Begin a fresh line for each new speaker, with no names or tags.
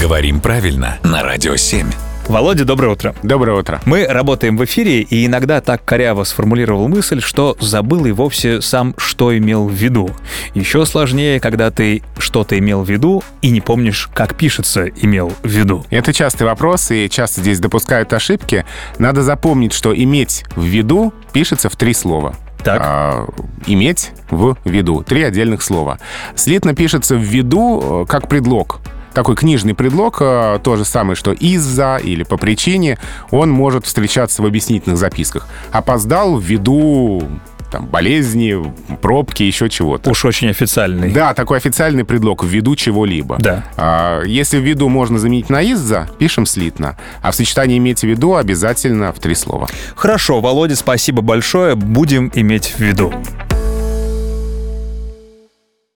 Говорим правильно на Радио 7.
Володя, доброе утро.
Доброе утро.
Мы работаем в эфире, и иногда так коряво сформулировал мысль, что забыл и вовсе сам, что имел в виду. Еще сложнее, когда ты что-то имел в виду и не помнишь, как пишется «имел в виду».
Это частый вопрос, и часто здесь допускают ошибки. Надо запомнить, что «иметь в виду» пишется в три слова.
Так.
А, иметь в виду. Три отдельных слова. Слитно пишется в виду э, как предлог. Такой книжный предлог, э, то же самое, что из-за или по причине, он может встречаться в объяснительных записках. Опоздал ввиду там, болезни, пробки, еще чего-то.
Уж очень официальный.
Да, такой официальный предлог ввиду чего-либо.
Да.
А, если ввиду можно заменить на из-за, пишем слитно. А в сочетании имейте в виду обязательно в три слова.
Хорошо, Володя, спасибо большое, будем иметь в виду.